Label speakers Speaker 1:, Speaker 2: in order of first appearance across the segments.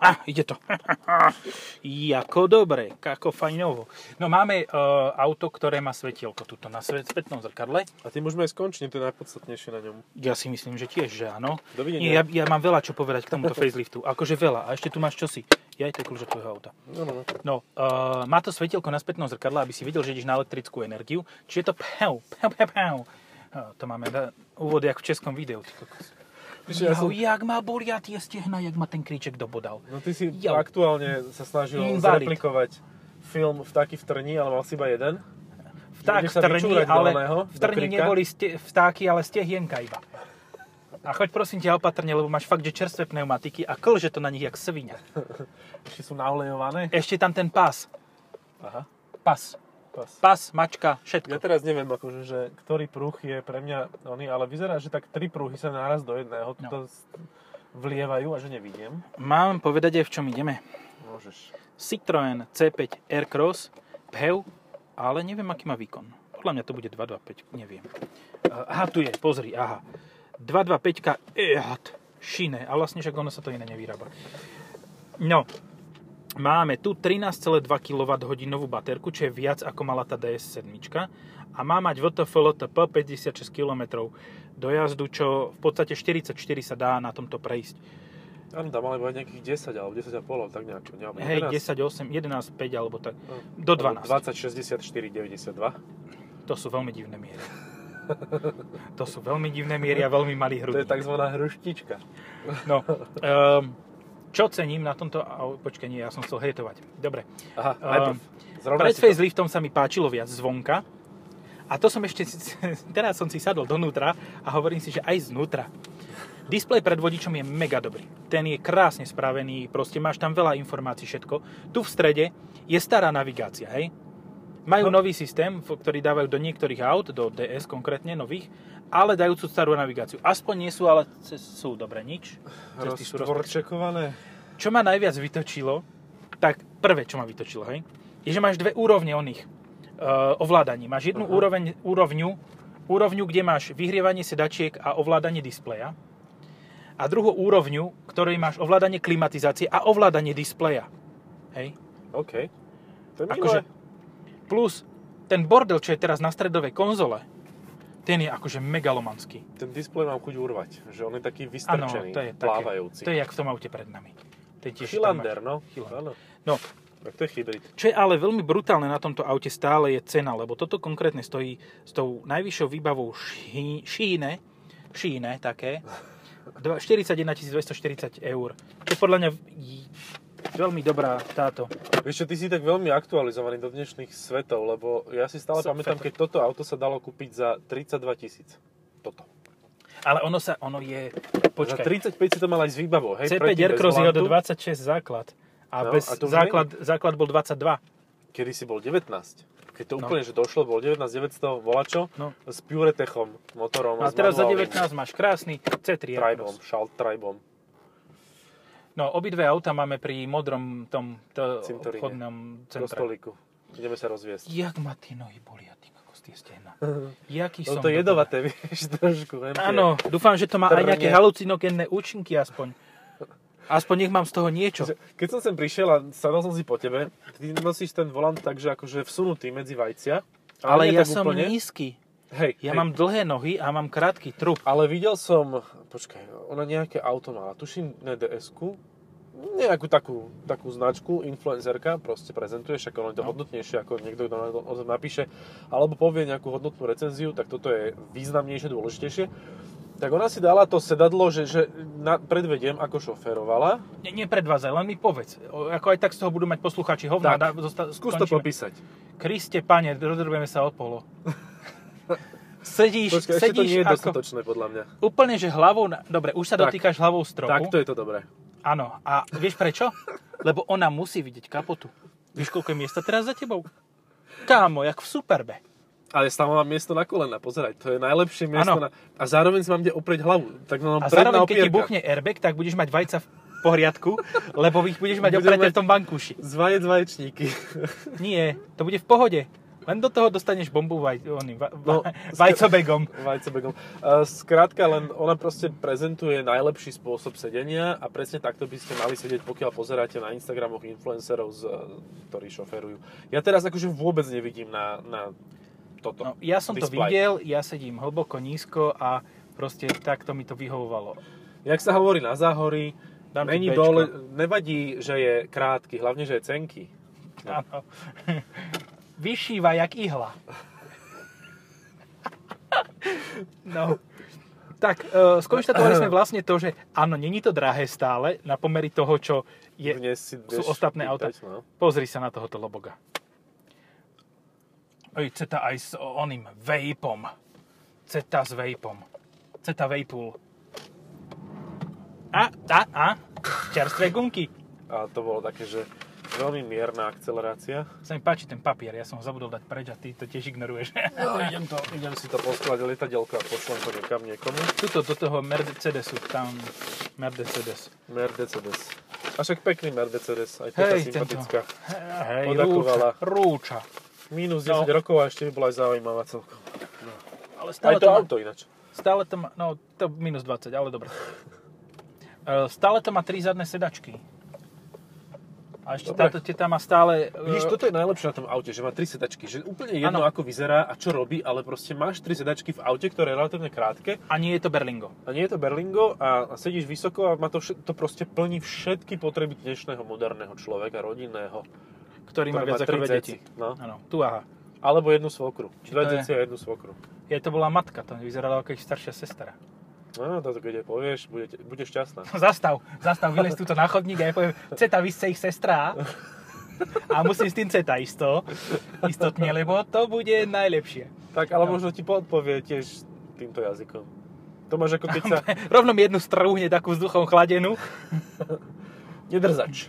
Speaker 1: A, ide to. Jako dobre, ako fajnovo. No máme e, auto, ktoré má svetielko tuto na svet, spätnom zrkadle.
Speaker 2: A tým môžeme aj skončiť, to je najpodstatnejšie na ňom.
Speaker 1: Ja si myslím, že tiež, že áno.
Speaker 2: Dovidenia.
Speaker 1: Nie, ja, ja mám veľa čo povedať k tomuto faceliftu. Akože veľa. A ešte tu máš čosi. Ja aj to je kľúč od tvojho auta.
Speaker 2: No, no, no.
Speaker 1: No, uh, má to svetielko na spätnom zrkadle, aby si vedel, že ideš na elektrickú energiu. Či je to pew, pew, pew, pew. Uh, to máme na úvod jak v českom videu. Ty kokos.
Speaker 2: Čiže ja
Speaker 1: Jau,
Speaker 2: som-
Speaker 1: jak ma bolia tie stehna, jak ma ten kríček dobodal.
Speaker 2: No ty si
Speaker 1: Jo.
Speaker 2: aktuálne sa snažil
Speaker 1: Invalid.
Speaker 2: zreplikovať film Vtáky v trni, ale mal si iba jeden.
Speaker 1: Vták
Speaker 2: Budeš
Speaker 1: v
Speaker 2: sa
Speaker 1: trni,
Speaker 2: vyčúrať do
Speaker 1: ale
Speaker 2: oného,
Speaker 1: v
Speaker 2: do
Speaker 1: trni
Speaker 2: kríka?
Speaker 1: neboli ste, vtáky, ale stehienka iba. A choď prosím ťa opatrne, lebo máš fakt, že čerstvé pneumatiky a klže to na nich jak svinia.
Speaker 2: Ešte sú naolejované.
Speaker 1: Ešte tam ten pás.
Speaker 2: Aha,
Speaker 1: Pas.
Speaker 2: pas.
Speaker 1: Pas, mačka,
Speaker 2: Ja
Speaker 1: všetko.
Speaker 2: teraz neviem, akože, že ktorý pruh je pre mňa oný, ale vyzerá, že tak tri pruhy sa naraz do jedného
Speaker 1: No.
Speaker 2: no. vlievajú a že nevidím.
Speaker 1: Mám povedať aj v čom ideme.
Speaker 2: Môžeš.
Speaker 1: Citroen C5 Aircross, PHEV, ale neviem, aký má výkon. Podľa mňa to bude 225, neviem. Eh, Aha, tu je, pozri, aha. 225 EHAT, šine, a vlastne však ono sa to iné nevyrába. No, máme tu 13,2 kWh baterku, čo je viac ako mala tá DS7 a má mať VTF LTP 56 km dojazdu, čo v podstate 44 sa dá na tomto prejsť.
Speaker 2: Áno, tam ale bude nejakých 10 alebo 10 a pol, tak nejako. Nejako,
Speaker 1: Hej, 10, 8, 11, 5 alebo tak. Do
Speaker 2: No.
Speaker 1: 12.
Speaker 2: 20, 64, 92.
Speaker 1: To sú veľmi divné miery. To sú veľmi divné miery a veľmi malý
Speaker 2: To je
Speaker 1: hrudník.
Speaker 2: tzv. hruštička.
Speaker 1: No, um, čo cením na tomto... au, Počkaj, nie, ja som chcel hejtovať. Dobre.
Speaker 2: Aha,
Speaker 1: Ehm,
Speaker 2: najprv. Zrovna
Speaker 1: Pred
Speaker 2: si to-
Speaker 1: faceliftom sa mi páčilo viac zvonka. A to som ešte... si- Teraz som si sadol donútra a hovorím si, že aj znútra. Displej pred vodičom je mega dobrý. Ten je krásne spravený, proste máš tam veľa informácií, všetko. Tu v strede je stará navigácia, hej? Majú
Speaker 2: No.
Speaker 1: nový systém, f- ktorý dávajú do niektorých aut, do DS konkrétne, nových, ale dajú tú starú navigáciu. Aspoň nie sú, ale c- sú dobre, nič. Cesty sú rozpr-
Speaker 2: Roztvorčekované.
Speaker 1: čo ma najviac vytočilo, tak prvé, čo ma vytočilo, hej, je, že máš dve úrovne oných uh, ovládaní. Máš jednu
Speaker 2: Aha.
Speaker 1: úroveň, úrovňu, úrovňu, kde máš vyhrievanie sedačiek a ovládanie displeja. A druhú úrovňu, ktorej máš ovládanie klimatizácie a ovládanie displeja. Hej.
Speaker 2: OK. To je milé.
Speaker 1: Akože, plus ten bordel, čo je teraz na stredovej konzole, ten je akože megalomanský.
Speaker 2: Ten displej mám chuť urvať, že on je taký
Speaker 1: Áno,
Speaker 2: vystrčený,
Speaker 1: to je také.
Speaker 2: plávajúci.
Speaker 1: To je jak v tom aute pred nami. To je tiež tam máš-
Speaker 2: Chylander, no.
Speaker 1: Chylander.
Speaker 2: Áno.
Speaker 1: No,
Speaker 2: Tak to je hybrid.
Speaker 1: Čo je ale veľmi brutálne na tomto aute stále je cena, lebo toto konkrétne stojí s tou najvyššou výbavou ší, šíne, šíne také, dva- 41 240 eur. Čo je podľa mňa v- veľmi dobrá táto.
Speaker 2: Vieš čo, ty si tak veľmi aktualizovaný do dnešných svetov, lebo ja si stále
Speaker 1: S-
Speaker 2: pamätám,
Speaker 1: feto.
Speaker 2: keď toto auto sa dalo kúpiť za 32 tisíc. Toto.
Speaker 1: Ale ono sa, ono je, počkaj,
Speaker 2: Za 35 si to mal aj s výbavou, hej?
Speaker 1: C5
Speaker 2: predtým bez
Speaker 1: Aircross je
Speaker 2: volantu.
Speaker 1: do 26 základ. A,
Speaker 2: No,
Speaker 1: bez
Speaker 2: a to už
Speaker 1: základ, základ bol 22.
Speaker 2: Kedy si bol 19. Keď to úplne, že došlo, bol 19 900 volačo
Speaker 1: No.
Speaker 2: s Puretechom motorom.
Speaker 1: A
Speaker 2: s
Speaker 1: teraz za
Speaker 2: manuálnym
Speaker 1: 19 máš krásny C3
Speaker 2: Tribom,
Speaker 1: Aircross.
Speaker 2: Schalt Tribom.
Speaker 1: No, obidve auta máme pri modrom tom, to,
Speaker 2: Cintoríne.
Speaker 1: obchodnom
Speaker 2: Do
Speaker 1: centre.
Speaker 2: stolíku. Ideme sa rozviesť.
Speaker 1: Jak ma tie nohy bolia, ty kokos, tie stehna. Jaký
Speaker 2: No
Speaker 1: som...
Speaker 2: to
Speaker 1: dobre.
Speaker 2: je jedovaté, vieš, trošku. len tie-
Speaker 1: Áno, dúfam, že to má aj nejaké
Speaker 2: Trne.
Speaker 1: halucinogénne účinky aspoň. Aspoň nech mám z toho niečo.
Speaker 2: Že- Keď som sem prišiel a sadol som si po tebe, ty nosíš ten volant takže akože vsunutý medzi vajcia.
Speaker 1: Ale
Speaker 2: nie
Speaker 1: ja
Speaker 2: tak
Speaker 1: som
Speaker 2: úplne.
Speaker 1: nízky.
Speaker 2: Hej,
Speaker 1: Ja
Speaker 2: hej.
Speaker 1: mám dlhé nohy a mám krátky trup.
Speaker 2: Ale videl som, počkaj, ona nejaké auto mala, tuším, ne DS-ku, nejakú takú, takú značku, influencerka, proste prezentuje, však ono je to
Speaker 1: No.
Speaker 2: hodnotnejšie ako niekto, kto na- o tom napíše, alebo povie nejakú hodnotnú recenziu, tak toto je významnejšie, dôležitejšie. Tak ona si dala to sedadlo, že, že na, predvediem, ako šoferovala.
Speaker 1: Nie, nie predvázaj, len mi povedz. O, ako aj tak z toho budú mať posluchači hovna.
Speaker 2: Tak,
Speaker 1: zosta-
Speaker 2: Skús to
Speaker 1: skončíme.
Speaker 2: popísať.
Speaker 1: Kriste, pane, rozdrbujeme sa o polo. sedíš,
Speaker 2: Počkaj, ešte to nie
Speaker 1: sedíš
Speaker 2: je
Speaker 1: ako...
Speaker 2: dostatočné, podľa mňa.
Speaker 1: Úplne, že hlavou... Na... Dobre, už sa
Speaker 2: Tak.
Speaker 1: dotýkaš hlavou stropu.
Speaker 2: Tak, to je to dobré.
Speaker 1: Áno, a vieš prečo? Lebo ona musí vidieť kapotu. Vieš, koľko je miesta teraz za tebou? Kámo, jak v Superbe.
Speaker 2: Ale stále mám miesto na kolena, pozeraj, to je najlepšie miesto
Speaker 1: Áno.
Speaker 2: na... A zároveň si mám kde oprieť hlavu, tak no, mám
Speaker 1: A
Speaker 2: predná
Speaker 1: zároveň, keď ti
Speaker 2: opierka.
Speaker 1: buchne airbag, tak budeš mať vajca v pohriadku, lebo ich budeš mať
Speaker 2: Budem
Speaker 1: opreté
Speaker 2: mať-
Speaker 1: v tom bankuši.
Speaker 2: Zvajec vaječníky.
Speaker 1: Nie, to bude v pohode. Len do toho dostaneš bombu vaj, oným, va,
Speaker 2: No,
Speaker 1: no, vajcobegom.
Speaker 2: Vajcebegom. Eh, Skrátka len, ona proste prezentuje najlepší spôsob sedenia a presne takto by ste mali sedieť, pokiaľ pozeráte na Instagramoch influencerov, z, eh, ktorí šoferujú. Ja teraz akože vôbec nevidím na, na toto.
Speaker 1: No, ja som to
Speaker 2: display.
Speaker 1: videl, ja sedím hlboko, nízko a proste takto mi to vyhovovalo.
Speaker 2: Jak sa hovorí na záhory,
Speaker 1: Dám ti
Speaker 2: není
Speaker 1: Bčko.
Speaker 2: dole, nevadí, že je krátky, hlavne, že je cenky.
Speaker 1: Áno. Vyšíva jak ihla. No. Tak, e, skonštatovali sme vlastne to, že áno, není to drahé stále na pomery toho, čo je...
Speaker 2: Dnes si
Speaker 1: sú
Speaker 2: vieš
Speaker 1: ostatné autá.
Speaker 2: pýtať, No.
Speaker 1: Pozri sa na tohoto loboga. Oj, CETA aj s oným vejpom. CETA s vejpom. CETA vejpul. A, a, a, čerstvé gumky.
Speaker 2: A to bolo také, že veľmi mierna akcelerácia.
Speaker 1: Sa mi páči ten papier, ja som ho zabudol dať preč a ty to tiež ignoruješ.
Speaker 2: No, idem, to, idem si to poskladať lietadielko a pošlem to niekam niekomu.
Speaker 1: Tuto do toho Mercedesu, tam Mercedes.
Speaker 2: Mercedes. A však pekný Mercedes, aj taká
Speaker 1: Hej, tento.
Speaker 2: sympatická.
Speaker 1: Hej,
Speaker 2: Podakovala.
Speaker 1: rúča, rúča.
Speaker 2: Minus
Speaker 1: No.
Speaker 2: 10 rokov a ešte by bola aj zaujímavá celkom.
Speaker 1: Ale
Speaker 2: Aj
Speaker 1: stále to,
Speaker 2: to
Speaker 1: má,
Speaker 2: auto ináč.
Speaker 1: stále to má, no to minus 20, ale dobre. E, Stále to má tri zadné sedačky. A ešte
Speaker 2: Dobre.
Speaker 1: táto teta má stále... e,
Speaker 2: Vidíš, toto je najlepšie na tom aute, že má tri sedačky, že úplne
Speaker 1: Áno.
Speaker 2: jedno ako vyzerá a čo robí, ale proste máš tri sedačky v aute, ktoré je relatívne krátke
Speaker 1: A nie je to Berlingo.
Speaker 2: a nie je to Berlingo a, a sedíš vysoko a má to, všet, to proste plní všetky potreby dnešného moderného človeka, rodinného.
Speaker 1: Ktorý má
Speaker 2: ktoré
Speaker 1: viac
Speaker 2: tri
Speaker 1: ako dve
Speaker 2: deti.
Speaker 1: deti.
Speaker 2: No.
Speaker 1: Áno, tu aha.
Speaker 2: Alebo jednu svokru.
Speaker 1: Či to
Speaker 2: Dve
Speaker 1: je-
Speaker 2: deti a jednu svokru.
Speaker 1: Je to bola matka, to vyzerala ako ich staršia sestra.
Speaker 2: No, to keď jej povieš, budete, budeš šťastná.
Speaker 1: Zastav, zastav, vylez túto na chodník a ja poviem, ceta, vy ste ich sestra. A musím s tým ceta isto, istotne, lebo to bude najlepšie.
Speaker 2: Tak, ale
Speaker 1: No.
Speaker 2: možno ti podpovie tiež týmto jazykom. To máš ako keď sa...
Speaker 1: Rovno mi jednu strúhne takú vzduchom chladenú.
Speaker 2: Nedrzač.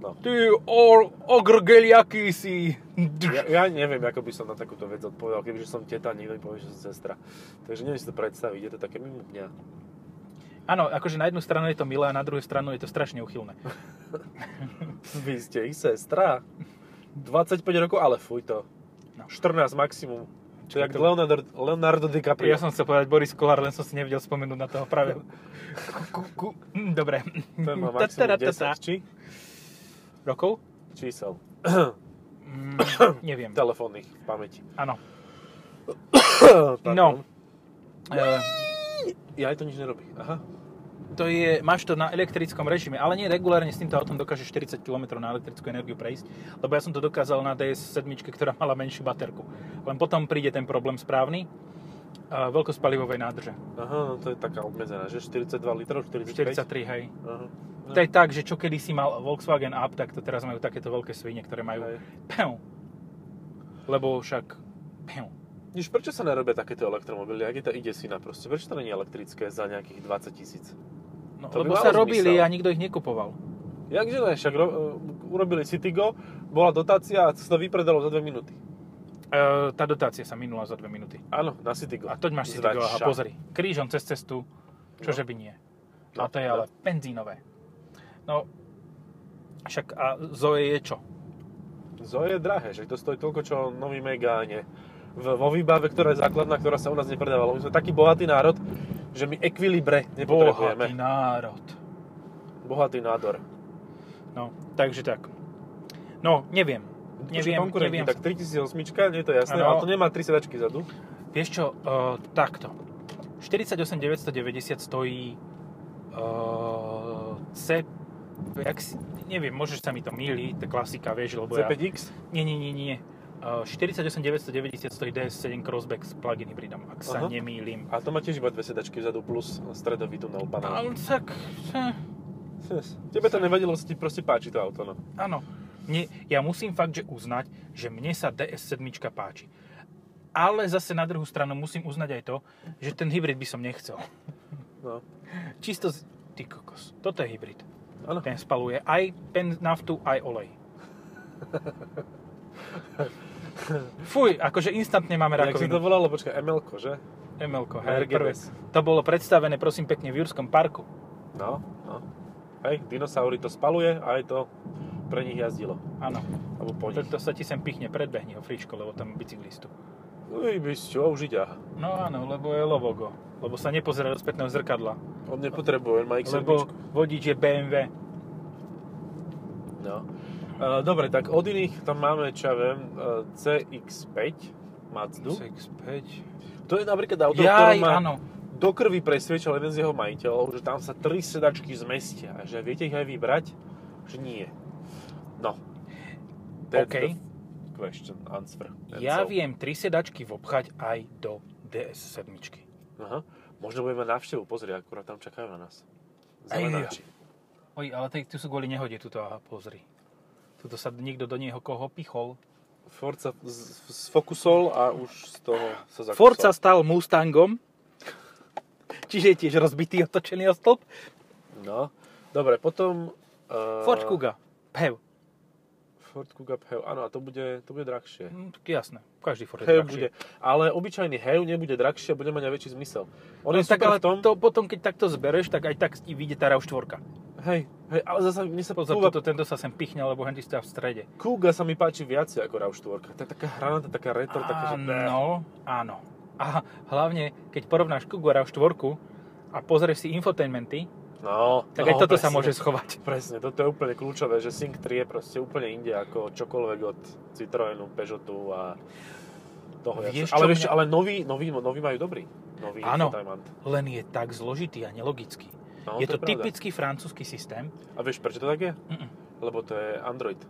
Speaker 2: No.
Speaker 1: Ty or, ogrgeliaký si.
Speaker 2: Ja, ja neviem, ako by som na takúto vec odpovedal, kebyže som teta, niekto mi povie, že som sestra. Takže neviem si to predstaviť, je to také mimo mňa.
Speaker 1: Áno, akože na jednu stranu je to milé a na druhú stranu je to strašne uchylné.
Speaker 2: Vy ste ich sestra? 25 rokov, ale fuj to.
Speaker 1: No.
Speaker 2: 14 maximum. To je jak
Speaker 1: to-
Speaker 2: Leonardo, Leonardo DiCaprio.
Speaker 1: Ja som chcel povedať Boris Kolár, len som si nevedel spomenúť na toho práve. Ku- ku- ku- mm, Dobre.
Speaker 2: Ten má maximum
Speaker 1: Ta-ta-ra-ta-ta.
Speaker 2: 10, či?
Speaker 1: Rokov?
Speaker 2: Čísel.
Speaker 1: Mm, Neviem.
Speaker 2: Telefónnych v pamäti.
Speaker 1: Áno.
Speaker 2: Tak,
Speaker 1: No. Ehm,
Speaker 2: Ja aj to nič nerobí. Aha.
Speaker 1: To je, máš to na elektrickom režime, ale nie regulárne s týmto autom dokáže 40 km na elektrickú energiu prejsť, lebo ja som to dokázal na DS7, ktorá mala menšiu baterku. Len potom príde ten problém správny, a veľkospalivovej nádrže.
Speaker 2: Aha, no to je taká obmedzená, že 42 litrov, 45.
Speaker 1: 43, hej.
Speaker 2: Aha. No.
Speaker 1: To je tak, že čo kedy si mal Volkswagen Up, tak to teraz majú takéto veľké svine, ktoré majú
Speaker 2: Hej.
Speaker 1: pew. Lebo však pew.
Speaker 2: Niž, prečo sa nerobia takéto elektromobily? Ak je to ide si na proste? Prečo to nie je elektrické za nejakých 20 tisíc?
Speaker 1: No,
Speaker 2: To by
Speaker 1: lebo
Speaker 2: malo
Speaker 1: sa robili
Speaker 2: zmysel.
Speaker 1: a nikto ich nekupoval.
Speaker 2: Jakže ne, však ro- e, urobili Citigo, bola dotácia a sa to vypredalo za 2 minúty.
Speaker 1: E, tá dotácia sa minula za dve minúty.
Speaker 2: Áno, na Citigo.
Speaker 1: A toď máš si to aha, pozri. Krížom cez cestu, čože by nie. A
Speaker 2: No,
Speaker 1: to je
Speaker 2: no.
Speaker 1: ale benzínové. No, však a Zoe je čo?
Speaker 2: Zo je drahé, že to stojí toľko, čo nový Megáne. V, vo výbave, ktorá je základná, ktorá sa u nás nepredávala. My sme taký bohatý národ, že my ekvilibre
Speaker 1: Bohatý
Speaker 2: nepotrebujeme.
Speaker 1: národ.
Speaker 2: Bohatý nádor.
Speaker 1: No, takže tak. No, neviem. Neviem,
Speaker 2: Čo konkurenti,
Speaker 1: neviem.
Speaker 2: Tak 3008, nie je to jasné,
Speaker 1: Áno.
Speaker 2: ale to nemá 3 sedačky vzadu.
Speaker 1: Vieš čo, uh, takto. 48990 stojí uh, C... Jak si, neviem, môžeš sa mi to míli, to klasika, vieš, lebo ja...
Speaker 2: C5X?
Speaker 1: Nie, nie, nie, nie. Uh, 48990 stojí DS7 Crossback s plug-in hybridom, ak sa
Speaker 2: Aha.
Speaker 1: nemýlim.
Speaker 2: A to má tiež iba dve sedačky vzadu plus stredový tunel banán.
Speaker 1: Ale tak... eh,
Speaker 2: Tebe to nevadilo, sa ti proste páči to auto, no.
Speaker 1: Áno. Mne, ja musím fakt, že uznať, že mne sa DS7 páči. Ale zase na druhú stranu musím uznať aj to, že ten hybrid by som nechcel.
Speaker 2: no.
Speaker 1: Čisto z... Ty kokos, toto je hybrid.
Speaker 2: Áno.
Speaker 1: Ten spaluje aj pen, naftu, aj olej. Fuj, akože instantne máme
Speaker 2: Jak si to
Speaker 1: rakovinu.
Speaker 2: volalo, počkaj, ml že?
Speaker 1: ML-ko, hej, prvé.
Speaker 2: Mercedes.
Speaker 1: To bolo predstavené, prosím pekne, v Jurskom parku.
Speaker 2: No, no. Hej, dinosaury to spaluje a aj to pre nich jazdilo.
Speaker 1: Áno.
Speaker 2: Alebo po nich.
Speaker 1: To, to sa ti sem pichne, predbehni ho fričko, lebo tam bicyklistu.
Speaker 2: Uj, by čo, už ide.
Speaker 1: No áno, lebo je lovogo. Lebo sa nepozerá do spätného zrkadla.
Speaker 2: On nepotrebuje, on má XRP.
Speaker 1: Lebo vodič je BMW.
Speaker 2: No. E, dobre, tak od iných tam máme, čo ja viem, e, CX-5 Mazdu.
Speaker 1: CX-5.
Speaker 2: To je napríklad auto,
Speaker 1: Jaj,
Speaker 2: ktoré ma
Speaker 1: áno.
Speaker 2: do krvi presviečal jeden z jeho majiteľov, že tam sa tri sedačky zmestia a že viete ich aj vybrať, že nie. No. That's
Speaker 1: OK.
Speaker 2: the question, answer. And
Speaker 1: Ja
Speaker 2: so.
Speaker 1: viem tri sedačky vobchať aj do DS7.
Speaker 2: Aha. Možno budeme mať návštevu, pozri, akurát tam čakajú na nás.
Speaker 1: Ej,
Speaker 2: Zelenáči.
Speaker 1: Oj, ale tej- tu sú kvôli nehode, tuto, aha, pozri. Tuto sa niekto do neho koho pichol.
Speaker 2: Ford sa z- sfokusol a už z toho sa zakusol.
Speaker 1: Ford sa stal Mustangom, čiže je tiež rozbitý, otočený o stĺp.
Speaker 2: No. Dobre, potom... Uh,
Speaker 1: Ford Kuga, PHEV,
Speaker 2: Ford Kuga Phew, áno, a to bude, to bude drahšie.
Speaker 1: Hm, tak jasné, každý Ford je
Speaker 2: Phew
Speaker 1: drahší.
Speaker 2: bude, ale obyčajný Heju nebude drahšie, bude mať aj väčší zmysel. On
Speaker 1: No
Speaker 2: je
Speaker 1: tak
Speaker 2: super
Speaker 1: ale
Speaker 2: v tom,
Speaker 1: to potom, keď takto zbereš, tak aj tak ti vyjde tá RAV4.
Speaker 2: hej, hej, ale zase mne sa
Speaker 1: Pozor,
Speaker 2: Kuga,
Speaker 1: tuto, tento sa sem pichne, lebo henty stá v strede.
Speaker 2: Kuga sa mi páči viacej ako RAV4. To je taká hranatá, taká retro, taká, že...
Speaker 1: Áno, áno. A hlavne, keď porovnáš Kugu a RAV4 a pozrieš si infotainmenty,
Speaker 2: No,
Speaker 1: tak
Speaker 2: no,
Speaker 1: aj toto sa
Speaker 2: presne.
Speaker 1: môže schovať.
Speaker 2: Presne, toto je úplne kľúčové, že Sync 3 je proste úplne inde ako čokoľvek od Citroenu, Peugeotu a toho.
Speaker 1: Vieš,
Speaker 2: jasne. ale,
Speaker 1: čo
Speaker 2: vieš,
Speaker 1: mňa-
Speaker 2: ale nový, nový, nový majú dobrý. Nový
Speaker 1: Áno.
Speaker 2: infotainment.
Speaker 1: Len je tak zložitý a nelogický.
Speaker 2: No,
Speaker 1: je to,
Speaker 2: pravda.
Speaker 1: typický francúzsky systém.
Speaker 2: A vieš, prečo to tak je?
Speaker 1: Mm-mm.
Speaker 2: Lebo to je Android.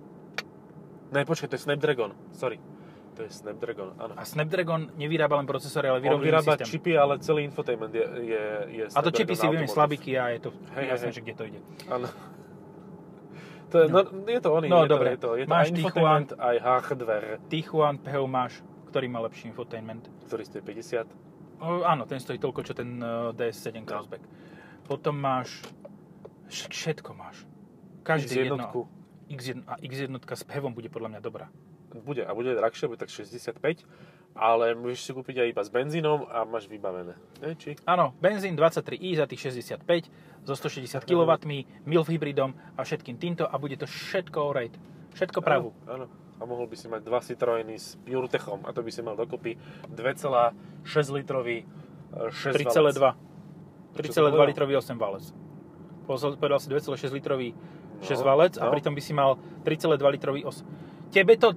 Speaker 2: Ne, počkaj, to je Snapdragon. Sorry. To je Snapdragon, áno.
Speaker 1: A Snapdragon nevyrába len procesory, ale
Speaker 2: On
Speaker 1: vyrába
Speaker 2: vyrába
Speaker 1: systém.
Speaker 2: čipy, ale celý infotainment je, je, je
Speaker 1: a to
Speaker 2: Snapdragon
Speaker 1: čipy si viem
Speaker 2: Automotive.
Speaker 1: slabiky a je to
Speaker 2: Hej,
Speaker 1: hej, jasné,
Speaker 2: hej, hej.
Speaker 1: že kde to ide.
Speaker 2: Áno. To je, no. je to oný,
Speaker 1: No,
Speaker 2: je,
Speaker 1: dobre.
Speaker 2: to, je to, je to
Speaker 1: Máš
Speaker 2: aj
Speaker 1: Tichuan.
Speaker 2: infotainment, aj hardware,
Speaker 1: Tichuan PHEV máš, ktorý má lepší infotainment.
Speaker 2: ktorý stojí 50.
Speaker 1: O, áno, ten stojí toľko, čo ten eh, DS7 Crossback. Potom máš... vš- Všetko máš. Každý
Speaker 2: Z
Speaker 1: jedno.
Speaker 2: jednotku.
Speaker 1: X1, a X1 s PHEVom bude podľa mňa dobrá.
Speaker 2: Bude, a bude drahšie, bude tak 65, ale môžeš si kúpiť aj iba s benzínom a máš vybavené. Ne, či?
Speaker 1: Áno, benzín 23i za tých 65 so 160 kW, MILF hybridom a všetkým týmto a bude to všetko alright. Všetko pravú.
Speaker 2: Áno, áno. A mohol by si mať dva Citroeny s PureTechom a to by si mal dokopy 2,6 litrový e, 6
Speaker 1: 3,2. 3,2
Speaker 2: povedal?
Speaker 1: litrový 8 valec. Pozor, Povedal si 2,6 litrový 6
Speaker 2: No,
Speaker 1: valec a
Speaker 2: no.
Speaker 1: pritom by si mal 3,2 litrový 8. Tebe to...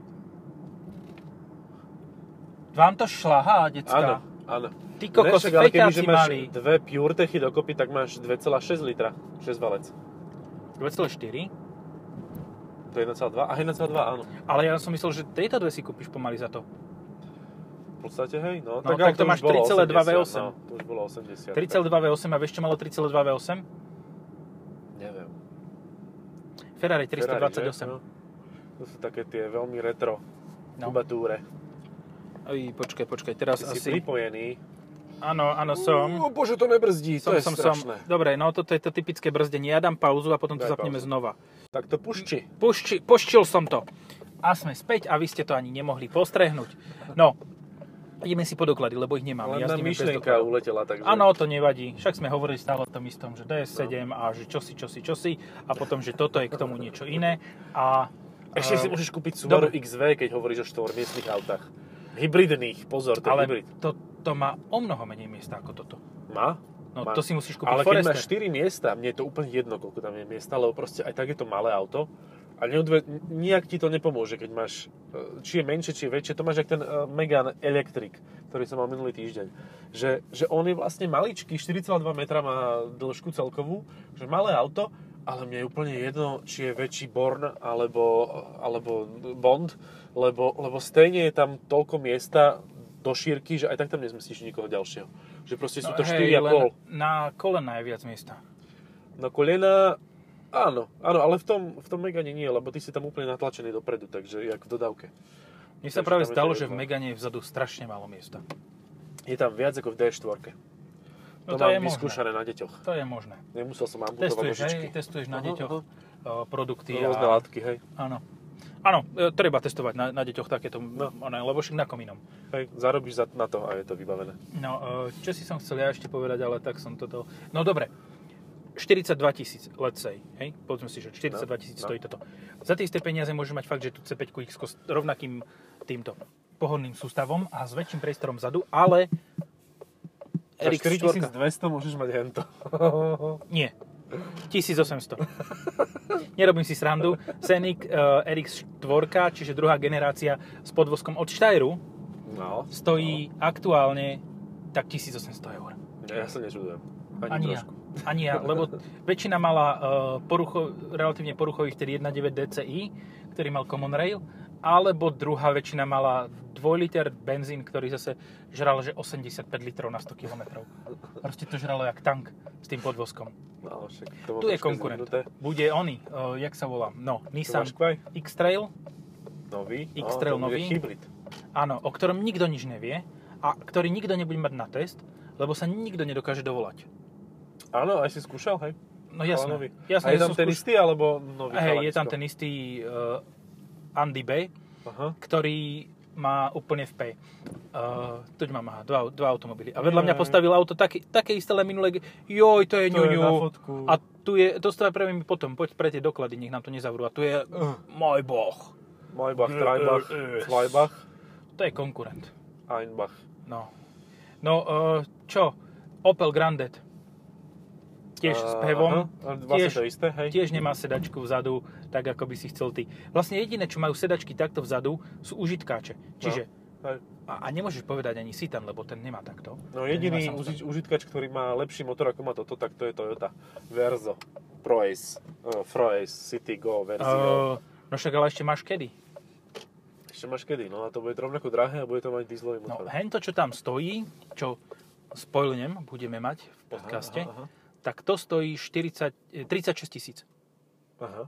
Speaker 1: Vám to šlahá,
Speaker 2: Áno,
Speaker 1: decka?
Speaker 2: áno.
Speaker 1: Ty kokos,
Speaker 2: však, ale kebyže
Speaker 1: fetáci
Speaker 2: máš
Speaker 1: mali.
Speaker 2: dve PureTechy dokopy, tak máš 2,6 litra 6 valec.
Speaker 1: 2,4?
Speaker 2: To je 1,2? A 1,2, áno.
Speaker 1: Ale ja som myslel, že tieto dve si kúpiš pomaly za to.
Speaker 2: V podstate, hej, no.
Speaker 1: No,
Speaker 2: ale
Speaker 1: tak to
Speaker 2: už
Speaker 1: máš
Speaker 2: bolo
Speaker 1: 3,2
Speaker 2: 80,
Speaker 1: V8.
Speaker 2: No, to už bolo 80.
Speaker 1: 3,2 V8 a vieš, čo malo 3,2 V8?
Speaker 2: tak Neviem.
Speaker 1: Ferrari
Speaker 2: Ferrari,
Speaker 1: 328.
Speaker 2: že? No. To sú také tie veľmi retro
Speaker 1: No.
Speaker 2: no. kubatúre.
Speaker 1: Oj, počkaj, počkaj, teraz
Speaker 2: Ty si
Speaker 1: asi...
Speaker 2: pripojený.
Speaker 1: Áno, áno, som.
Speaker 2: Ó, bože, to nebrzdí,
Speaker 1: Som,
Speaker 2: to je
Speaker 1: som, som.
Speaker 2: strašné.
Speaker 1: Dobre, no toto je to typické brzdenie. Ja dám pauzu a potom to
Speaker 2: Daj
Speaker 1: zapneme
Speaker 2: pauzu.
Speaker 1: znova.
Speaker 2: Tak to pušči.
Speaker 1: Pošči, poščil som to. A sme späť a vy ste to ani nemohli postrehnúť. No, ideme si po doklady, lebo ich nemám.
Speaker 2: Ale na
Speaker 1: Jazdíme bez
Speaker 2: myšlienka
Speaker 1: dokladov.
Speaker 2: uletela, takže...
Speaker 1: Áno, to nevadí. Však sme hovorili stále o tom istom, že DS7 a že čosi, čosi, čosi a potom, že toto je k tomu niečo iné. A
Speaker 2: Ešte si
Speaker 1: Ehm,
Speaker 2: môžeš kúpiť Subaru
Speaker 1: dobre.
Speaker 2: XV, keď hovoríš o štvormiestných autách. Hybridných, pozor, to je
Speaker 1: ale
Speaker 2: hybrid.
Speaker 1: to, to má o mnoho menej miesta ako toto.
Speaker 2: Má?
Speaker 1: No
Speaker 2: Má.
Speaker 1: to si musíš kúpiť
Speaker 2: Ale keď
Speaker 1: Forester.
Speaker 2: máš 4 miesta, mne je to úplne jedno, koľko tam je miesta, lebo proste aj tak je to malé auto a neodve, nijak ti to nepomôže, keď máš, e, či je menšie, či je väčšie, to máš jak ten e, Megane Electric, ktorý som mal minulý týždeň, že, že on je vlastne maličký, 4,2 metra má dĺžku celkovú, že malé auto, ale mne je úplne jedno, či je väčší Born alebo, alebo Bond, lebo, lebo stejne je tam toľko miesta do šírky, že aj tak tam nezmestíš nikoho ďalšieho. Že proste sú to
Speaker 1: No, hej, len
Speaker 2: 4,5.
Speaker 1: Na kolena je viac miesta.
Speaker 2: Na kolena, áno, áno, ale v tom, v tom Megane nie, lebo ty si tam úplne natlačený dopredu, takže jak v dodávke.
Speaker 1: Mne sa
Speaker 2: Takže
Speaker 1: práve
Speaker 2: tam je
Speaker 1: zdalo,
Speaker 2: to
Speaker 1: že v
Speaker 2: jedno.
Speaker 1: Megane je vzadu strašne málo miesta.
Speaker 2: Je tam viac ako v D4.
Speaker 1: No
Speaker 2: to,
Speaker 1: to, je
Speaker 2: mám
Speaker 1: možné.
Speaker 2: vyskúšané na deťoch.
Speaker 1: To je možné.
Speaker 2: Nemusel som amputovať
Speaker 1: Testuješ,
Speaker 2: nožičky.
Speaker 1: hej, testuješ na
Speaker 2: Aha,
Speaker 1: deťoch
Speaker 2: aha.
Speaker 1: eh, produkty.
Speaker 2: Rôzne
Speaker 1: a-
Speaker 2: látky, hej.
Speaker 1: Áno. Áno, e, treba testovať na, na deťoch takéto, no.
Speaker 2: No.
Speaker 1: lebo však na kominom. eh,
Speaker 2: hej. Zarobíš za, na to a je to vybavené.
Speaker 1: No, e, čo si som chcel ja ešte povedať, ale tak som toto... No dobre, 42 tisíc, let's say, hej, povedzme si, že 42
Speaker 2: No,
Speaker 1: tisíc
Speaker 2: no.
Speaker 1: stojí toto. Za tie isté peniaze môže mať fakt, že tú C5 X s rovnakým týmto pohonným sústavom a s väčším priestorom vzadu, ale
Speaker 2: Za
Speaker 1: RX
Speaker 2: 4200 môžeš mať hento.
Speaker 1: Nie. 1800. Nerobím si srandu. Scenic uh, RX 4, čiže druhá generácia s podvozkom od Steyru,
Speaker 2: No.
Speaker 1: stojí aktuálne tak 1800 eur.
Speaker 2: No. Ja sa nečudujem. Ani,
Speaker 1: Ani ja.
Speaker 2: trošku.
Speaker 1: Ani ja, lebo väčšina mala uh, porucho, relatívne poruchových, tedy 1.9 DCI, ktorý mal Common Rail, alebo druhá väčšina mala 2 liter benzín, ktorý zase žral že 85 litrov na 100 km. Proste to žralo jak tank s tým podvozkom.
Speaker 2: No, však to bolo
Speaker 1: Tu je
Speaker 2: trošku
Speaker 1: konkurent.
Speaker 2: zvinuté.
Speaker 1: Bude oný, uh, jak sa volá, no,
Speaker 2: Tu
Speaker 1: Nissan
Speaker 2: máš kvaj?
Speaker 1: X-Trail,
Speaker 2: Nový.
Speaker 1: X-Trail
Speaker 2: to bude
Speaker 1: nový.
Speaker 2: Hybrid.
Speaker 1: áno, o ktorom nikto nič nevie a ktorý nikto nebude mať na test, lebo sa nikto nedokáže dovolať.
Speaker 2: Áno, aj si skúšal, hej?
Speaker 1: No jasné,
Speaker 2: Nový.
Speaker 1: jasné,
Speaker 2: a je
Speaker 1: že
Speaker 2: tam
Speaker 1: som
Speaker 2: ten
Speaker 1: skúš-
Speaker 2: istý, alebo nový?
Speaker 1: Hej, je
Speaker 2: chalanisko?
Speaker 1: tam ten istý uh, Andy Bay,
Speaker 2: Aha.
Speaker 1: ktorý má úplne v pej. Uh, tu mám, aha, dva, dva automobily. A vedľa mňa
Speaker 2: Jaj.
Speaker 1: postavil auto také, také isté, ale minulé... ge- Joj, to je
Speaker 2: To je na
Speaker 1: ňuňu.
Speaker 2: fotku.
Speaker 1: A tu je, to stále pre mi potom, poď pre tie doklady, nech nám to nezavrú. A tu je,
Speaker 2: Uh.
Speaker 1: môj boh.
Speaker 2: Maybach,
Speaker 1: Eh,
Speaker 2: Treibach,
Speaker 1: eh, eh.
Speaker 2: Zweibach,
Speaker 1: To je konkurent.
Speaker 2: Einbach.
Speaker 1: No. No, eh, čo? Opel Grandet. Tiež s
Speaker 2: Eh,
Speaker 1: pevom.
Speaker 2: aha. Vlastne
Speaker 1: Tiež-
Speaker 2: to isté, hej?
Speaker 1: Tiež nemá sedačku vzadu, tak ako by si chcel ty. Vlastne jediné, čo majú sedačky takto vzadu, sú užitkáče. Čiže...
Speaker 2: No. hej.
Speaker 1: A, a nemôžeš povedať ani Citan, lebo ten nemá takto.
Speaker 2: No
Speaker 1: Ten nemá
Speaker 2: jediný
Speaker 1: samostatnú.
Speaker 2: uži- užitkač, ktorý má lepší motor ako má toto, tak to je Toyota Verzo. Proace. Uh, Froace City Go verzio. Uh.
Speaker 1: Eh, no však ale ešte máš kedy.
Speaker 2: Ešte máš kedy, no a to bude rovnako drahé a bude to mať dieselový
Speaker 1: No,
Speaker 2: motor.
Speaker 1: hento, čo tam stojí, čo spoilnem budeme mať v podcaste,
Speaker 2: Aha,
Speaker 1: tak to stojí 40, eh, 36 tisíc.
Speaker 2: aha, aha.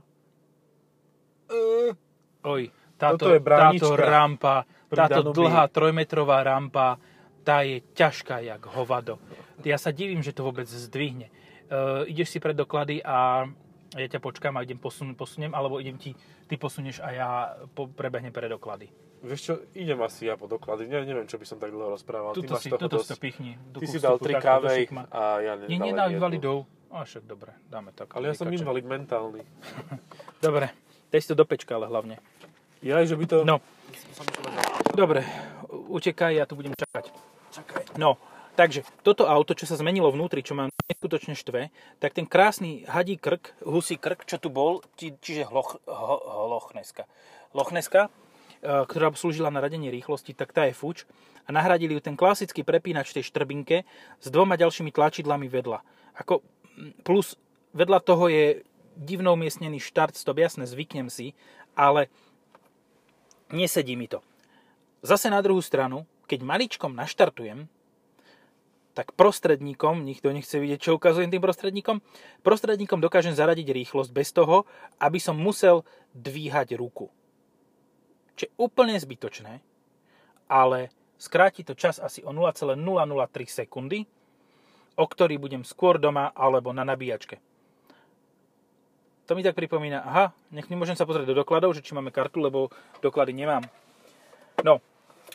Speaker 1: Oj, táto,
Speaker 2: Toto je bránička.
Speaker 1: táto rampa,
Speaker 2: Pri
Speaker 1: táto
Speaker 2: Danube.
Speaker 1: dlhá trojmetrová rampa, tá je ťažká jak hovado. Ja sa divím, že to vôbec zdvihne. Uh, ideš si pred doklady a ja ťa počkám a idem posun, posuniem, alebo idem ti, ty posunieš a ja po, prebehnem pre doklady.
Speaker 2: Vieš čo, idem asi ja po doklady, ne, neviem, čo by som tak dlho rozprával.
Speaker 1: Tuto
Speaker 2: Ty máš
Speaker 1: si,
Speaker 2: toho
Speaker 1: tuto si to
Speaker 2: dosť.
Speaker 1: pichni. do
Speaker 2: Ty si
Speaker 1: kufstvu,
Speaker 2: dal tri
Speaker 1: takto do
Speaker 2: kávej
Speaker 1: šikma.
Speaker 2: a ja nedal
Speaker 1: Nie, nie na invalidov. A však dobre, dáme tak.
Speaker 2: Ale ja som
Speaker 1: Vykačem.
Speaker 2: invalid mentálny.
Speaker 1: Dobre, daj si to do pečka, ale hlavne.
Speaker 2: Ja, že by to...
Speaker 1: No,
Speaker 2: Som povedal.
Speaker 1: Dobre, utekaj, ja tu budem čakať. Čakaj. No, takže toto auto, čo sa zmenilo vnútri, čo ma neskutočne štve, tak ten krásny hadí krk, husí krk, čo tu bol, či, čiže hloch, ho, ho, lochneska. Lochneska, e, ktorá slúžila na radenie rýchlosti, tak tá je fuč. A nahradili ju ten klasický prepínač v tej štrbinke s dvoma ďalšími tlačidlami vedľa. Ako mm, plus vedľa toho je divno umiestnený štart, stop, jasne, zvyknem si, ale nesedí mi to. Zase na druhú stranu, keď maličkom naštartujem, tak prostredníkom, nikto nechce vidieť, čo ukazujem tým prostredníkom, prostredníkom dokážem zaradiť rýchlosť bez toho, aby som musel dvíhať ruku. Čo je úplne zbytočné, ale skráti to čas asi o 0,003 sekundy, o ktorý budem skôr doma alebo na nabíjačke. To mi tak pripomína, aha, nech nemôžem sa pozrieť do dokladov, že či máme kartu, lebo doklady nemám. No,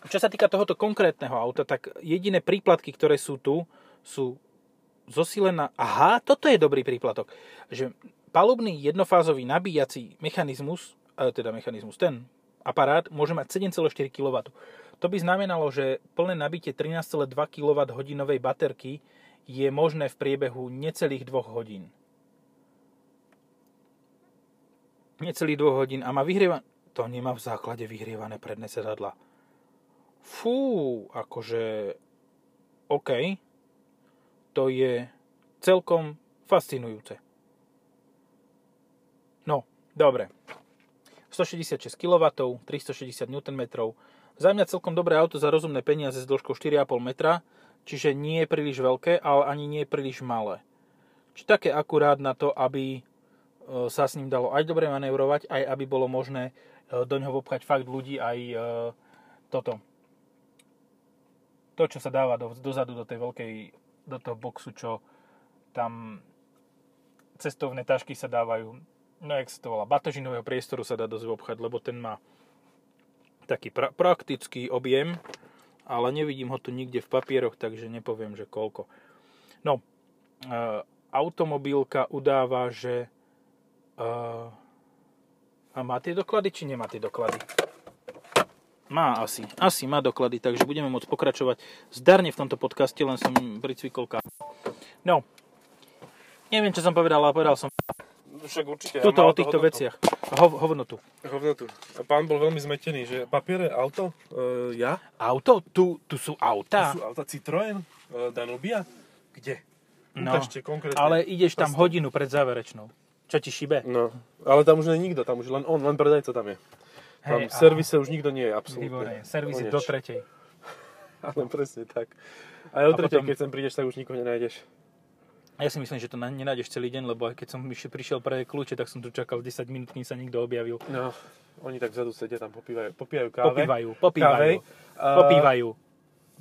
Speaker 1: čo sa týka tohoto konkrétneho auta, tak jediné príplatky, ktoré sú tu, sú zosilená... Aha, toto je dobrý príplatok. Že palubný jednofázový nabíjací mechanizmus, e, teda mechanizmus, ten aparát, môže mať 7,4 kW. To by znamenalo, že plné nabitie 13,2 kWh baterky je možné v priebehu necelých 2 hodín. Necelých 2 hodín a má vyhrievané... To nemá v základe vyhrievané predné sedadla. Fú, akože... OK. To je celkom fascinujúce. No, dobre. 166 kW, 360 Nm. Za mňa celkom dobré auto za rozumné peniaze s dĺžkou 4,5 metra, čiže nie je príliš veľké, ale ani nie je príliš malé. Či také akurát na to, aby e, sa s ním dalo aj dobre manévrovať, aj aby bolo možné e, do ňoho obchať fakt ľudí aj e, toto. To, čo sa dáva do, dozadu do tej veľkej, do toho boxu, čo tam cestovné tašky sa dávajú, no jak sa to volá, batožinového priestoru sa dá dosť obchať, lebo ten má taký pra- praktický objem, ale nevidím ho tu nikde v papieroch, takže nepoviem, že koľko. No, e, automobilka udáva, že... Uh, a má tie doklady, či nemá tie doklady? Má asi. Asi má doklady, takže budeme môcť pokračovať zdarne v tomto podcaste, len som pricvikol kávu. No, neviem, čo som povedal, ale povedal som
Speaker 2: Však určite. a
Speaker 1: tuto
Speaker 2: malo
Speaker 1: o
Speaker 2: to
Speaker 1: týchto
Speaker 2: hodnotu.
Speaker 1: veciach. Hov, hovnotu.
Speaker 2: Hovnotu. A pán bol veľmi zmetený, že papiere, auto, e, ja,
Speaker 1: Auto? Tu, tu sú autá.
Speaker 2: tu sú auta Citroen, e, Danubia, kde?
Speaker 1: No,
Speaker 2: Ukážte konkrétne.
Speaker 1: ale ideš tam hodinu pred záverečnou. Čo ti šibe?
Speaker 2: No, ale tam už nie je nikto, tam už len on, len predajca tam je. Tam
Speaker 1: Hej, a-
Speaker 2: v servise už nikto nie je, absolútne.
Speaker 1: Výborné, servis je
Speaker 2: Konec.
Speaker 1: do tretej.
Speaker 2: Áno, presne tak. A
Speaker 1: A
Speaker 2: o tretej,
Speaker 1: potom-
Speaker 2: keď sem prídeš, tak už nikoho nenájdeš.
Speaker 1: A Ja si myslím, že to na- nenájdeš celý deň, lebo aj keď som ešte prišiel pre kľúče, tak som tu čakal 10 minút, kým sa nikto objavil.
Speaker 2: No, oni tak vzadu sedia, tam popívajú, popíjajú káve.
Speaker 1: Popívajú,
Speaker 2: Kávej.
Speaker 1: popívajú,
Speaker 2: A-
Speaker 1: popívajú.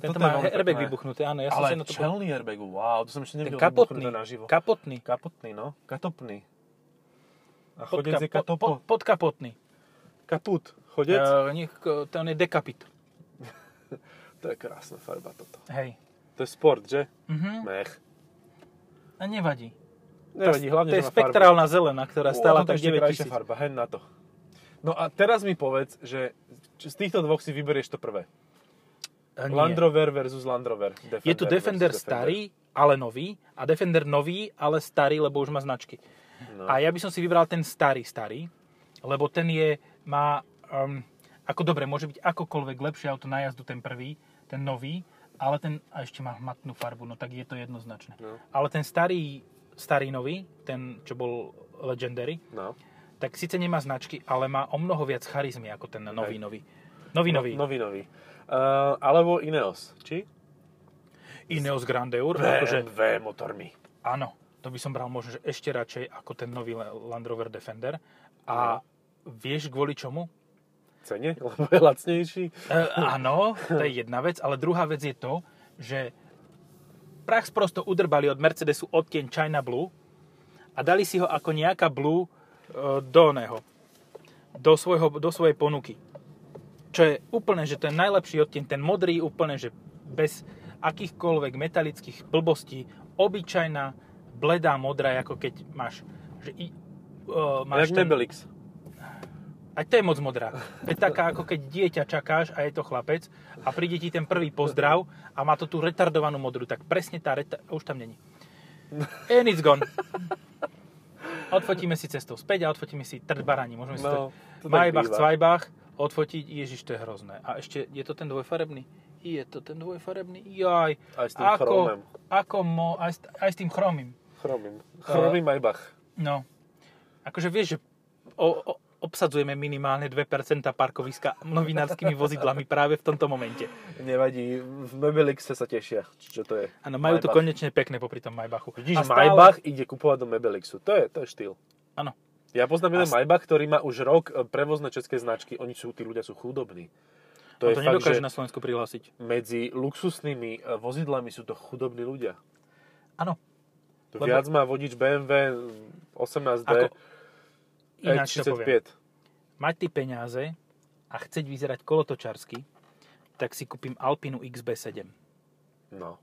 Speaker 1: Tento
Speaker 2: toto je
Speaker 1: má
Speaker 2: veľmi
Speaker 1: airbag
Speaker 2: pekné.
Speaker 1: vybuchnutý, áno, ja som
Speaker 2: ale
Speaker 1: sa na to... po-
Speaker 2: čelný airbag, wow, to som ešte
Speaker 1: Ten
Speaker 2: nevidel.
Speaker 1: kapotný,
Speaker 2: vybuchnutý naživo.
Speaker 1: kapotný,
Speaker 2: Kapotný, no. Katopný. A
Speaker 1: podka-
Speaker 2: chodec je
Speaker 1: po-
Speaker 2: katopo.
Speaker 1: po- podkapotný.
Speaker 2: Kaput. Chodec.
Speaker 1: Eh, nech- eh, To on je dekapit.
Speaker 2: To je krásna farba toto.
Speaker 1: Hej.
Speaker 2: To je sport, že?
Speaker 1: Mhm.
Speaker 2: Mech.
Speaker 1: A nevadí.
Speaker 2: Nevadí, hlavne,
Speaker 1: to je
Speaker 2: že má farbu.
Speaker 1: spektrálna zelená, ktorá stála
Speaker 2: O, toto
Speaker 1: tak
Speaker 2: je ešte
Speaker 1: 9
Speaker 2: krajšia
Speaker 1: tisíc.
Speaker 2: farba, hen na to. No a teraz mi povedz, že č- z týchto dvoch si vyberieš to prvé.
Speaker 1: Eh, nie.
Speaker 2: Land Rover versus Land Rover. Defender
Speaker 1: Je tu Defender
Speaker 2: versus
Speaker 1: starý, ale nový, a Defender nový, ale starý, lebo už má značky.
Speaker 2: No.
Speaker 1: A ja by som si vybral ten starý, starý, lebo ten je, má, um, ako dobre, môže byť akokoľvek lepšie auto na jazdu, ten prvý, ten nový, ale ten, a ešte má hmatnú farbu, no tak je to jednoznačné.
Speaker 2: No.
Speaker 1: Ale ten starý, starý nový, ten, čo bol Legendary,
Speaker 2: No.
Speaker 1: tak síce nemá značky, ale má o mnoho viac charizmy ako ten nový,
Speaker 2: Hej. No,
Speaker 1: nový. Nový, nový.
Speaker 2: Nový, nový. Uh, alebo Ineos, či?
Speaker 1: Ineos Grandeur, akože
Speaker 2: BMW motormi.
Speaker 1: Áno, to by som bral možno že ešte radšej ako ten nový Le- Land Rover Defender. A vieš kvôli čomu?
Speaker 2: Cene? Lebo je lacnejší.
Speaker 1: E, áno, to je jedna vec, ale druhá vec je to, že prach prosto udrbali od Mercedesu odtieň China Blue a dali si ho ako nejaká Blue e, do oného, do, svojho, do svojej ponuky. Čo je úplne, že ten najlepší odtieň, ten modrý úplne, že bez akýchkoľvek metalických blbostí, obyčajná, bledá modrá, je ako keď máš, že i, uh,
Speaker 2: Máš
Speaker 1: máš
Speaker 2: Jak ten... Nebelix.
Speaker 1: a to je moc modrá. To je taká, ako keď dieťa čakáš a je to chlapec a príde ti ten prvý pozdrav a má to tú retardovanú modrú. Tak presne tá reta... Už tam není. And it's gone. Odfotíme si cestou späť a odfotíme si trd baraní. Môžeme si
Speaker 2: No,
Speaker 1: to...
Speaker 2: to tak
Speaker 1: Majbach,
Speaker 2: býva.
Speaker 1: Cvajbach, odfotiť. Ježiš, to je hrozné. A ešte, je to ten dvojfarebný? Je to ten dvojfarebný? Jaj.
Speaker 2: Aj s tým chromem.
Speaker 1: Ako mo... Aj s, aj s tým chromým.
Speaker 2: Chromím. Chromím Maybach.
Speaker 1: No. Akože vieš, že o, o, obsadzujeme minimálne 2% parkoviska novinárskymi vozidlami práve v tomto momente.
Speaker 2: Nevadí, v Mebelixe sa tešia, či čo to je.
Speaker 1: Áno, majú to
Speaker 2: Maybach.
Speaker 1: konečne pekné popri tom Maybachu.
Speaker 2: Vidíš, Maybach ide kupovať do Mebelixu. To je, to je štýl.
Speaker 1: Áno.
Speaker 2: Ja poznám jeden
Speaker 1: A s-
Speaker 2: Maybach, ktorý má už rok e, prevozné české značky. Oni sú, tí ľudia sú chudobní.
Speaker 1: No To,
Speaker 2: To je
Speaker 1: to
Speaker 2: fakt,
Speaker 1: nedokáže
Speaker 2: že
Speaker 1: na Slovensku prihlásiť.
Speaker 2: medzi luxusnými e, vozidlami sú to chudobní ľudia.
Speaker 1: Áno.
Speaker 2: To
Speaker 1: Lebo-
Speaker 2: Viac má vodič BMW 18D
Speaker 1: Ako ináč to poviem.
Speaker 2: E35.
Speaker 1: Mať ty peniaze a chceť vyzerať kolotočarsky, tak si kúpim Alpinu XB7.
Speaker 2: No.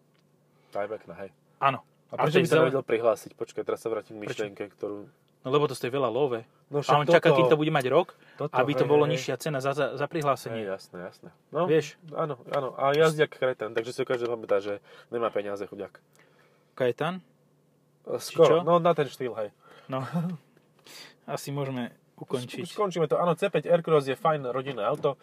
Speaker 2: Tá je pekná, hej.
Speaker 1: Áno.
Speaker 2: A
Speaker 1: to
Speaker 2: prečo by
Speaker 1: je
Speaker 2: sa
Speaker 1: zele-
Speaker 2: nevedel prihlásiť? Počkaj, teraz sa vrátim k myšlienke, ktorú...
Speaker 1: No lebo to stojí veľa love.
Speaker 2: No
Speaker 1: A on čaká, kým to bude mať rok,
Speaker 2: toto,
Speaker 1: aby to
Speaker 2: hej,
Speaker 1: bolo
Speaker 2: hej.
Speaker 1: nižšia cena za, za, za
Speaker 2: Nie,
Speaker 1: prihlásenie.
Speaker 2: jasné, jasné. No,
Speaker 1: Vieš?
Speaker 2: Áno, áno. A jazdia k kreten, takže si každý pamätá, že nemá peniaze, chuďak.
Speaker 1: Kajetan?
Speaker 2: E,
Speaker 1: čo?
Speaker 2: Skoro, no na ten štýl, hej.
Speaker 1: No. Asi môžeme ukončiť.
Speaker 2: Sk- Skončíme to. Áno, C5 Aircross je fajn rodinné auto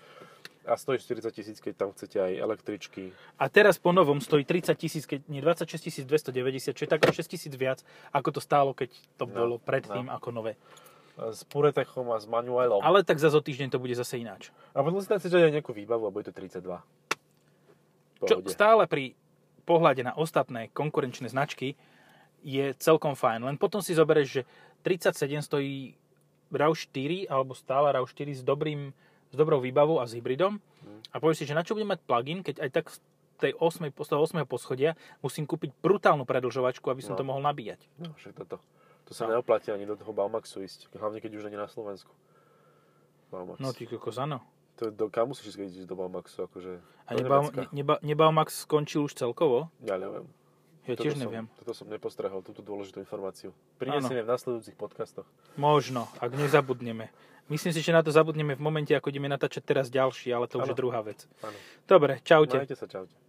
Speaker 2: a stojí 40 tisíc, keď tam chcete aj električky.
Speaker 1: A teraz po novom stojí 30 tisíc, keď nie 26 290, čo je tak o 6 tisíc viac, ako to stálo, keď to
Speaker 2: No,
Speaker 1: bolo predtým ako nové.
Speaker 2: E, S Puretechom a s manuálom.
Speaker 1: Ale tak za zo týždeň to bude zase ináč.
Speaker 2: A potom si tam chcete aj nejakú výbavu, alebo je to 32.
Speaker 1: Čo
Speaker 2: Pohode.
Speaker 1: stále pri pohľade na ostatné konkurenčné značky je celkom fajn. Len potom si zoberieš, že 37 stojí RAV4 alebo stála RAV4 s, dobrým, s dobrou výbavou a s hybridom a povieš si, že na čo budem mať plugin, keď aj tak z tej 8, z toho 8. poschodia musím kúpiť brutálnu predlžovačku, aby som
Speaker 2: No.
Speaker 1: to mohol nabíjať.
Speaker 2: No, však toto. To sa neoplatí ani do toho Baumaxu ísť, hlavne keď už nie na Slovensku. Baumax.
Speaker 1: No ty kokos, áno.
Speaker 2: To je do, kam musíš ísť, keď ideš do Baumaxu? Akože,
Speaker 1: A
Speaker 2: do
Speaker 1: nebal,
Speaker 2: Nemecka?
Speaker 1: nebal, nebal Max skončil už celkovo?
Speaker 2: Ja neviem.
Speaker 1: Ja tiež
Speaker 2: Toto som-
Speaker 1: neviem.
Speaker 2: Toto som nepostrehol, túto dôležitú informáciu. Prinesieme v nasledujúcich podcastoch.
Speaker 1: Možno, ak nezabudneme. Myslím si, že na to zabudneme v momente, ako ideme natáčať teraz ďalší, ale to už
Speaker 2: Áno.
Speaker 1: je druhá vec.
Speaker 2: Áno.
Speaker 1: Dobre, čaute.
Speaker 2: Majte sa, čaute.